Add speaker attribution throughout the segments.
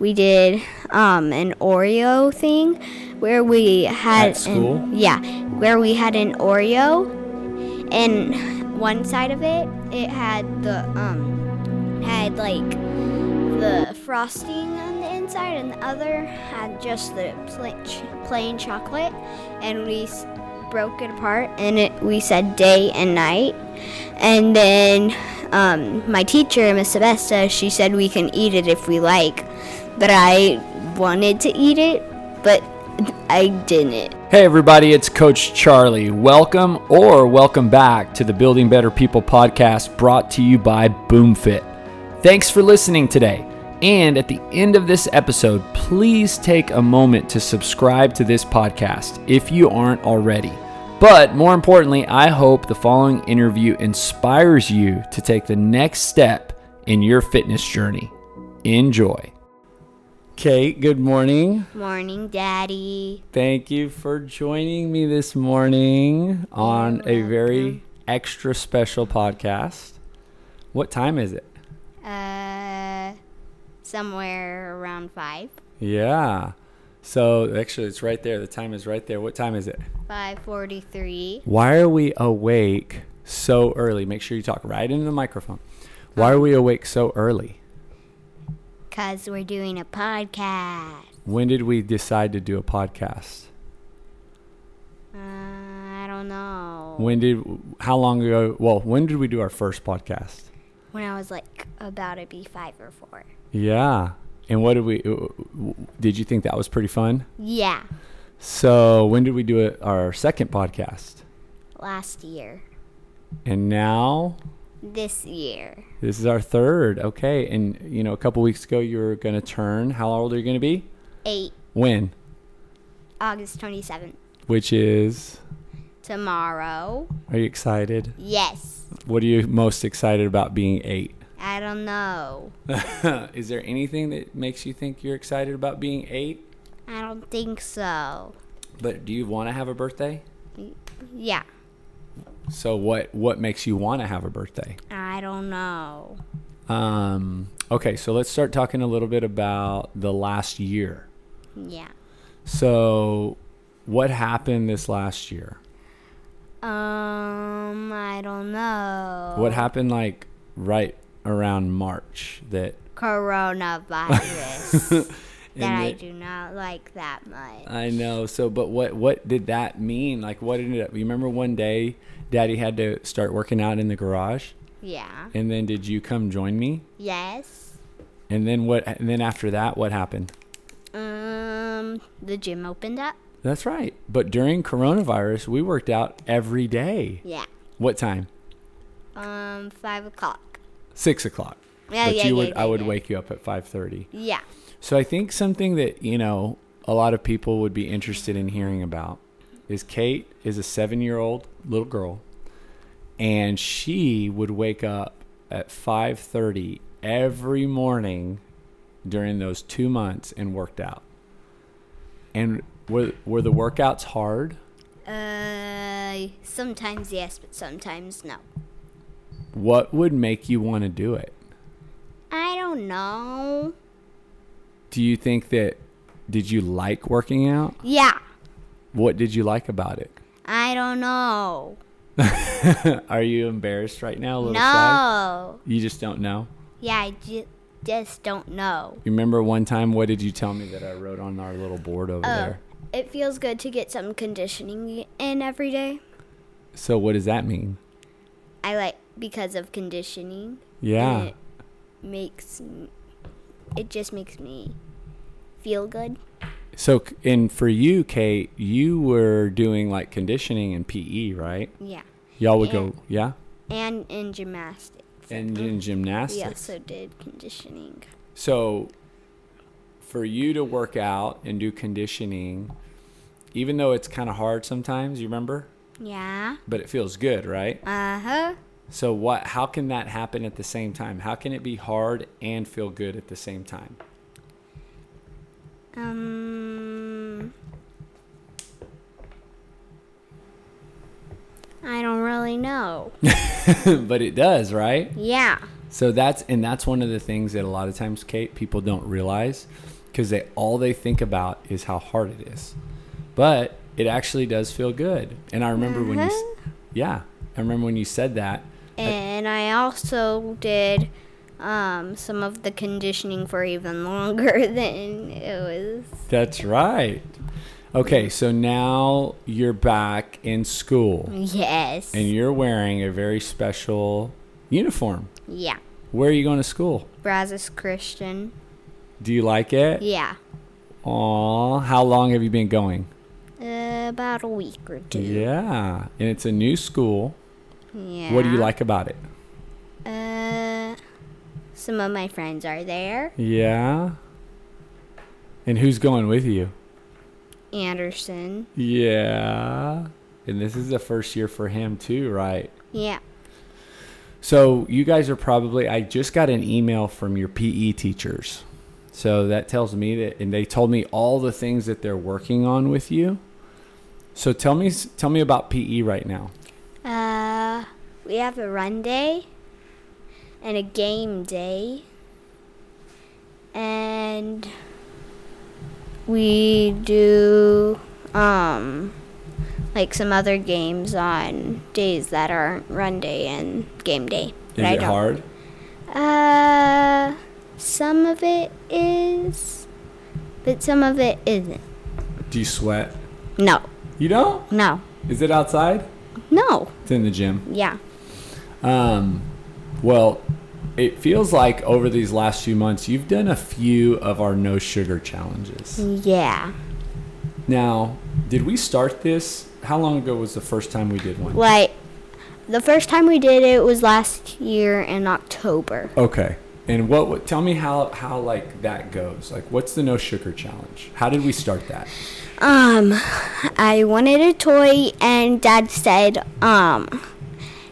Speaker 1: we did um, an Oreo thing where we had
Speaker 2: At school?
Speaker 1: An, yeah, where we had an Oreo, and one side of it it had the um had like the frosting on the inside, and the other had just the plain, ch- plain chocolate, and we s- broke it apart, and it, we said day and night, and then um, my teacher, Miss Sebesta, she said we can eat it if we like, but I wanted to eat it, but I didn't.
Speaker 2: Hey, everybody, it's Coach Charlie. Welcome or welcome back to the Building Better People podcast brought to you by BoomFit. Thanks for listening today. And at the end of this episode, please take a moment to subscribe to this podcast if you aren't already. But more importantly, I hope the following interview inspires you to take the next step in your fitness journey. Enjoy. Kate, good morning.
Speaker 1: Morning, Daddy.
Speaker 2: Thank you for joining me this morning on a very extra special podcast. What time is it?
Speaker 1: Uh, somewhere around five,
Speaker 2: Yeah. So, actually, it's right there. The time is right there. What time is it?
Speaker 1: five forty-three.
Speaker 2: Why are we awake so early? Make sure you talk right into the microphone. Why are we awake so early?
Speaker 1: Cause we're doing a podcast.
Speaker 2: When did we decide to do a podcast?
Speaker 1: Uh, I don't know.
Speaker 2: When did, how long ago? Well, when did we do our first podcast?
Speaker 1: when I was like about to be five or four.
Speaker 2: Yeah. And what did we, did you think that was pretty fun?
Speaker 1: Yeah,
Speaker 2: So when did we do it? Our second podcast,
Speaker 1: last year,
Speaker 2: and now
Speaker 1: this year,
Speaker 2: this is our third. Okay, and you know, a couple weeks ago you were gonna turn. How old are you gonna be?
Speaker 1: eight
Speaker 2: When?
Speaker 1: August twenty seventh.
Speaker 2: Which is?
Speaker 1: Tomorrow,
Speaker 2: Are you excited?
Speaker 1: yes.
Speaker 2: What are you most excited about being eight?
Speaker 1: I don't know.
Speaker 2: is there anything that makes you think you're excited about being eight?
Speaker 1: I don't think so.
Speaker 2: But do you want to have a birthday?
Speaker 1: Yeah,
Speaker 2: So what? What makes you want to have a birthday?
Speaker 1: I don't know.
Speaker 2: Um, okay, so let's start talking a little bit about the last year.
Speaker 1: Yeah.
Speaker 2: So, what happened this last year?
Speaker 1: Um, I don't know.
Speaker 2: What happened like right around March that
Speaker 1: Coronavirus
Speaker 2: and
Speaker 1: that I
Speaker 2: that-
Speaker 1: do not like that much.
Speaker 2: I know. So, but what what did that mean? Like, what ended up? You remember one day, Daddy had to start working out in the garage,
Speaker 1: Yeah.
Speaker 2: and then did you come join me?
Speaker 1: Yes.
Speaker 2: And then what? And then after that, what happened?
Speaker 1: Um, the gym opened up.
Speaker 2: That's right. But during coronavirus, we worked out every day.
Speaker 1: Yeah.
Speaker 2: What time?
Speaker 1: Um, five o'clock.
Speaker 2: Six o'clock.
Speaker 1: Yeah,
Speaker 2: but
Speaker 1: yeah,
Speaker 2: you
Speaker 1: yeah,
Speaker 2: would, I
Speaker 1: yeah,
Speaker 2: would
Speaker 1: yeah.
Speaker 2: wake you up at five thirty.
Speaker 1: Yeah.
Speaker 2: So I think something that, you know, a lot of people would be interested in hearing about is Kate is a 7-year-old little girl and she would wake up at 5:30 every morning during those 2 months and worked out. And were were the workouts hard?
Speaker 1: Uh, sometimes yes, but sometimes no.
Speaker 2: What would make you want to do it?
Speaker 1: I don't know.
Speaker 2: Do you think that did you like working out?
Speaker 1: Yeah.
Speaker 2: What did you like about it?
Speaker 1: I don't know.
Speaker 2: Are you embarrassed right now, a little shy?
Speaker 1: No.
Speaker 2: You just don't know.
Speaker 1: Yeah, I ju- just don't know.
Speaker 2: You remember one time? What did you tell me that I wrote on our little board over there?
Speaker 1: It feels good to get some conditioning in every day.
Speaker 2: So what does that mean?
Speaker 1: I like because of conditioning.
Speaker 2: Yeah.
Speaker 1: It makes m- it just makes me feel good.
Speaker 2: So c- and for you, Kate, you were doing like conditioning and PE, right?
Speaker 1: Yeah.
Speaker 2: Y'all would
Speaker 1: Yeah.
Speaker 2: go, yeah, Uh-huh.
Speaker 1: And in gymnastics.
Speaker 2: and in
Speaker 1: We
Speaker 2: gymnastics.
Speaker 1: also did conditioning.
Speaker 2: So for you to work out and do conditioning, even though it's kind of hard sometimes, you remember,
Speaker 1: Yeah.
Speaker 2: but it feels good, right?
Speaker 1: Uh huh.
Speaker 2: So what? How can that happen at the same time? How can it be hard and feel good at the same time?
Speaker 1: Um. I don't really know.
Speaker 2: but it does, right?
Speaker 1: yeah.
Speaker 2: So that's and that's one of the things that a lot of times, Kate, people don't realize because they all they think about is how hard it is. But it actually does feel good. And I remember when you, s- yeah, I remember when you said that.
Speaker 1: And I also did um, some of the conditioning for even longer than it was.
Speaker 2: That's right. Okay, so now you're back in school
Speaker 1: Yes.
Speaker 2: and you're wearing a very special uniform.
Speaker 1: yeah.
Speaker 2: Where are you going to school?
Speaker 1: Brazos Christian.
Speaker 2: Do you like it?
Speaker 1: Yeah.
Speaker 2: Aw, how long have you been going?
Speaker 1: Uh, about a week or two.
Speaker 2: Yeah, and it's a new school.
Speaker 1: Yeah.
Speaker 2: What do you like about it?
Speaker 1: Uh, some of my friends are there.
Speaker 2: Yeah. And who's going with you?
Speaker 1: Anderson.
Speaker 2: Yeah. And this is the first year for him, too, right?
Speaker 1: Yeah.
Speaker 2: So you guys are probably. I just got an email from your PE teachers, so that tells me that, and they told me all the things that they're working on with you. So tell me, tell me about PE right now.
Speaker 1: Uh, we have a run day and a game day, and we do um like some other games on days that aren't run day and game day.
Speaker 2: Is it hard?
Speaker 1: Uh, some of it is, but some of it isn't.
Speaker 2: Do you sweat?
Speaker 1: No,
Speaker 2: You don't?
Speaker 1: no,
Speaker 2: Is it outside?
Speaker 1: no.
Speaker 2: It's in the gym.
Speaker 1: Yeah.
Speaker 2: Um, well, it feels like over these last few months, you've done a few of our no sugar challenges.
Speaker 1: Mm. Yeah.
Speaker 2: Now, did we start this? How long ago was the first time we did one?
Speaker 1: Like, the first time we did it was last year in October.
Speaker 2: Okay. And what, what? Tell me how how like that goes. Like, what's the no sugar challenge? How did we start that?
Speaker 1: Um, I wanted a toy, and Dad said, um,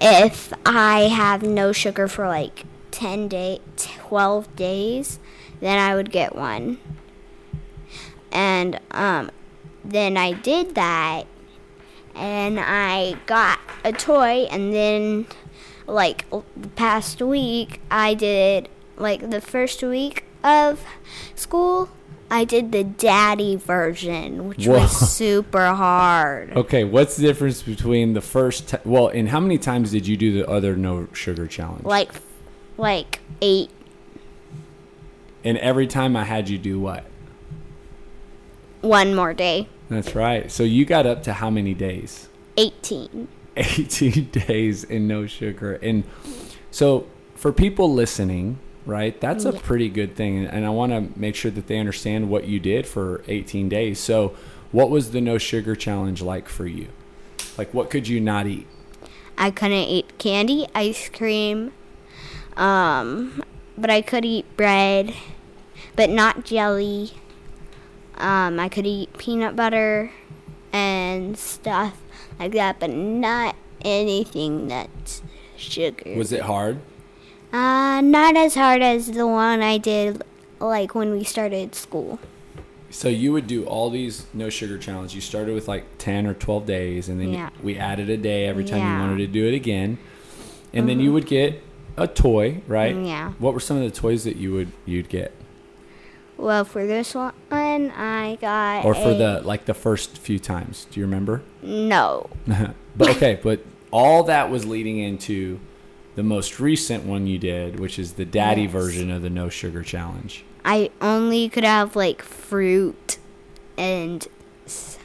Speaker 1: if I have no sugar for like 10 day, 12 days, then I would get one. And, um, then I did that, and I got a toy, and then, like, l- the past week, I did, like, the first week of school, I did the daddy version, which
Speaker 2: Whoa.
Speaker 1: was super hard.
Speaker 2: Okay. What's the difference between the first? T- well, and how many times did you do the other no sugar challenge?
Speaker 1: Like, like, eight
Speaker 2: and every time I had you do what?
Speaker 1: one more day.
Speaker 2: That's right. So you got up to how many days?
Speaker 1: 18.
Speaker 2: 18 days and no sugar. And so for people listening, right, that's a pretty good thing. And I want to make sure that they understand what you did for 18 days. So, what was the no sugar challenge like for you? Like, what could you not eat?
Speaker 1: I couldn't eat candy, ice cream, um, but I could eat bread, but not jelly. Um, I could eat peanut butter and stuff like that, but not anything that's sugar.
Speaker 2: Was it hard?
Speaker 1: uh, not as hard as the one I did, like when we started school.
Speaker 2: So, you would do all these no sugar challenges. You started with like 10 or 12 days, and then
Speaker 1: Yeah.
Speaker 2: we added a day every time you
Speaker 1: Yeah. Mm-hmm.
Speaker 2: wanted to do it again. And then you would get a toy, right?
Speaker 1: Mm, Yeah.
Speaker 2: What were some of the toys that you would you'd get?
Speaker 1: Well, for this one, I got
Speaker 2: or for
Speaker 1: a-
Speaker 2: the like the first few times do you remember
Speaker 1: no.
Speaker 2: but okay but all that was leading into the most recent one you did which is the daddy
Speaker 1: Yes.
Speaker 2: version of the no sugar challenge
Speaker 1: I only could have like fruit, and s-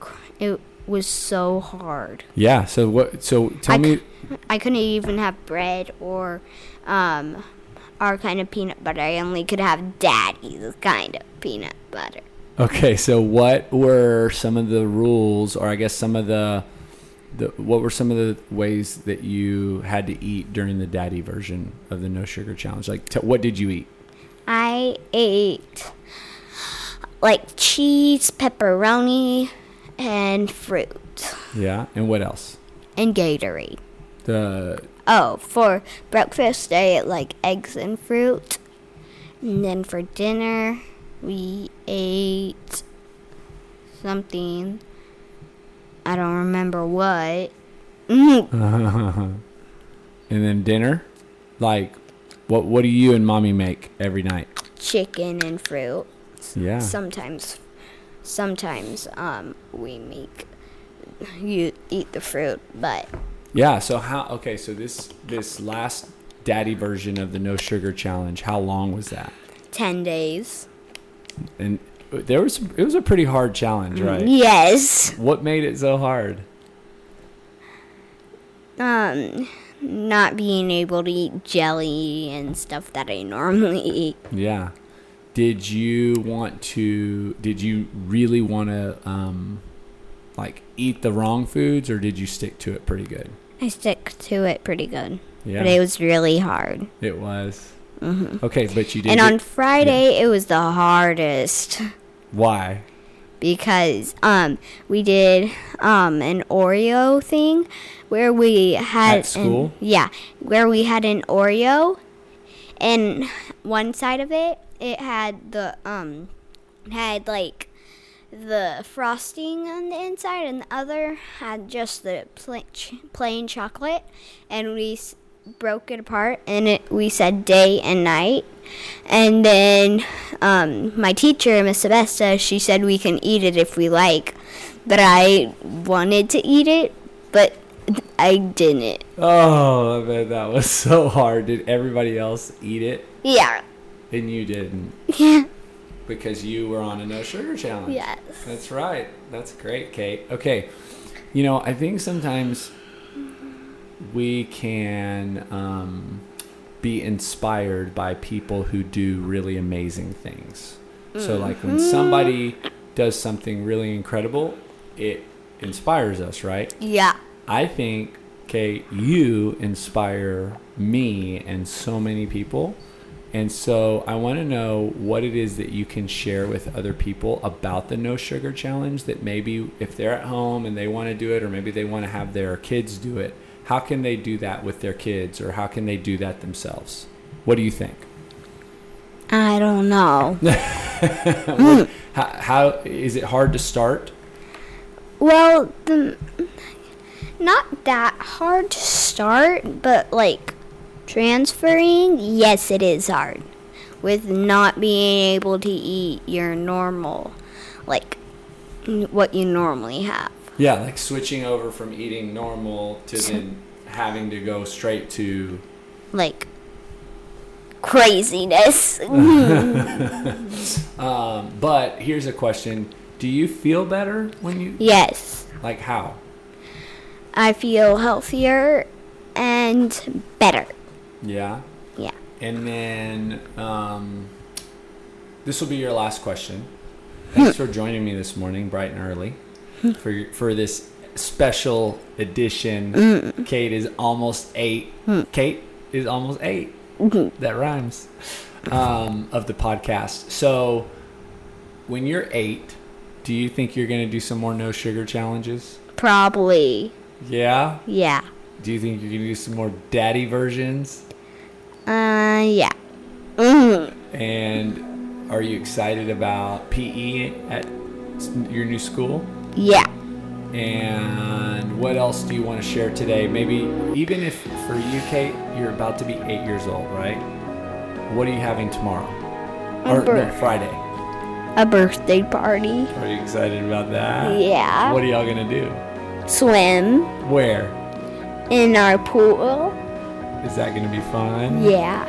Speaker 1: cr- it was so hard.
Speaker 2: yeah so what so tell
Speaker 1: I
Speaker 2: me
Speaker 1: I couldn't even have bread or um, our kind of peanut butter. I only could have daddy's kind of peanut butter.
Speaker 2: okay so what were some of the rules or i guess some of the the, what were some of the ways that you had to eat during the daddy version of the no sugar challenge? Like, t- what did you eat?
Speaker 1: I ate like cheese, pepperoni, and fruit,
Speaker 2: Yeah, and what else?
Speaker 1: and Gatorade.
Speaker 2: The
Speaker 1: Oh, for breakfast, I ate like eggs and fruit. And then for dinner, we ate something. I don't remember what.
Speaker 2: and then dinner, like What What do you and mommy make every night?
Speaker 1: chicken and fruit.
Speaker 2: Yeah.
Speaker 1: Sometimes, sometimes um, we make you eat the fruit, but
Speaker 2: Yeah. So how? Okay. So this this last daddy version of the no sugar challenge. How long was that?
Speaker 1: ten days.
Speaker 2: And there was it was a pretty hard challenge,
Speaker 1: Mm-hmm.
Speaker 2: right?
Speaker 1: Yes.
Speaker 2: What made it so hard?
Speaker 1: Um, not being able to eat jelly and stuff that I normally eat.
Speaker 2: Yeah. Did you want to? Did you really want to, um, like, eat the wrong foods, or did you stick to it pretty good?
Speaker 1: I stick to it pretty good,
Speaker 2: Yeah,
Speaker 1: but it was really hard.
Speaker 2: it was. Okay, but you
Speaker 1: Mm-hmm.
Speaker 2: did.
Speaker 1: and
Speaker 2: get-
Speaker 1: on Friday, it was the hardest.
Speaker 2: why?
Speaker 1: because um we did um an Oreo thing where we had
Speaker 2: At school?
Speaker 1: an, yeah where we had an Oreo and one side of it it had the um had like the frosting on the inside and the other had just the plain, ch- plain chocolate and we s- broke it apart and it we said day and night and then um, my teacher miss Sebesta she said we can eat it if we like but i wanted to eat it but i didn't
Speaker 2: Oh, man, that was so hard. Did everybody else eat it,
Speaker 1: yeah
Speaker 2: and you didn't?
Speaker 1: yeah
Speaker 2: because you were on a no sugar challenge.
Speaker 1: Yes.
Speaker 2: That's right. That's great, Kate. Okay. You know, I think sometimes we can um, be inspired by people who do really amazing things. So, like when somebody does something really incredible, it inspires us, right?
Speaker 1: yeah
Speaker 2: I think, Kate, you inspire me and so many people. And so I want to know what it is that you can share with other people about the no sugar challenge that maybe if they're at home and they want to do it, or maybe they want to have their kids do it, how can they do that with their kids, or how can they do that themselves? What do you think?
Speaker 1: i don't know
Speaker 2: How, how is it hard to start?
Speaker 1: well the not that hard to start but like transferring yes it is hard with not being able to eat your normal like n- what you normally have
Speaker 2: Yeah, like switching over from eating normal to then having to go straight to
Speaker 1: like craziness.
Speaker 2: Um, but here's a question: Do you feel better when you
Speaker 1: yes,
Speaker 2: like how?
Speaker 1: I feel healthier and better.
Speaker 2: Yeah.
Speaker 1: Yeah.
Speaker 2: And then um, this will be your last question. Thanks for joining me this morning, bright and early, for your- for this special edition. Kate is almost eight. Kate is almost 8 That rhymes. Um, of the podcast. So, when you're eight, do you think you're going to do some more no sugar challenges?
Speaker 1: Probably.
Speaker 2: Yeah.
Speaker 1: Yeah.
Speaker 2: Do you think you're gonna do some more daddy versions?
Speaker 1: Uh yeah.
Speaker 2: And are you excited about PE at s- your new school?
Speaker 1: Yeah.
Speaker 2: And what else do you want to share today? Maybe even if for you, Kate, you're about to be eight years old, right? What are you having tomorrow? Or no,
Speaker 1: birth-
Speaker 2: Friday.
Speaker 1: A birthday party.
Speaker 2: Are you excited about that?
Speaker 1: Yeah.
Speaker 2: What are y'all gonna do?
Speaker 1: Swim
Speaker 2: Where?
Speaker 1: in our pool.
Speaker 2: Is that gonna be fun?
Speaker 1: Yeah.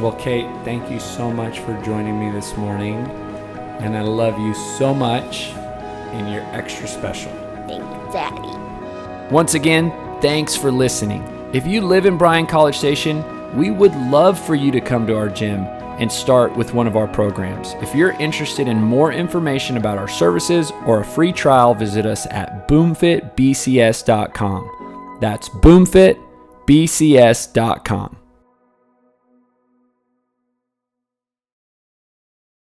Speaker 2: Well, Kate, thank you so much for joining me this morning. And I love you so much, and you're extra special.
Speaker 1: Thanks, Daddy.
Speaker 2: Once again, thanks for listening. If you live in Bryan College Station, we would love for you to come to our gym and start with one of our programs. If you're interested in more information about our services or a free trial, visit us at boomfitbcs.com. That's boomfitbcs.com.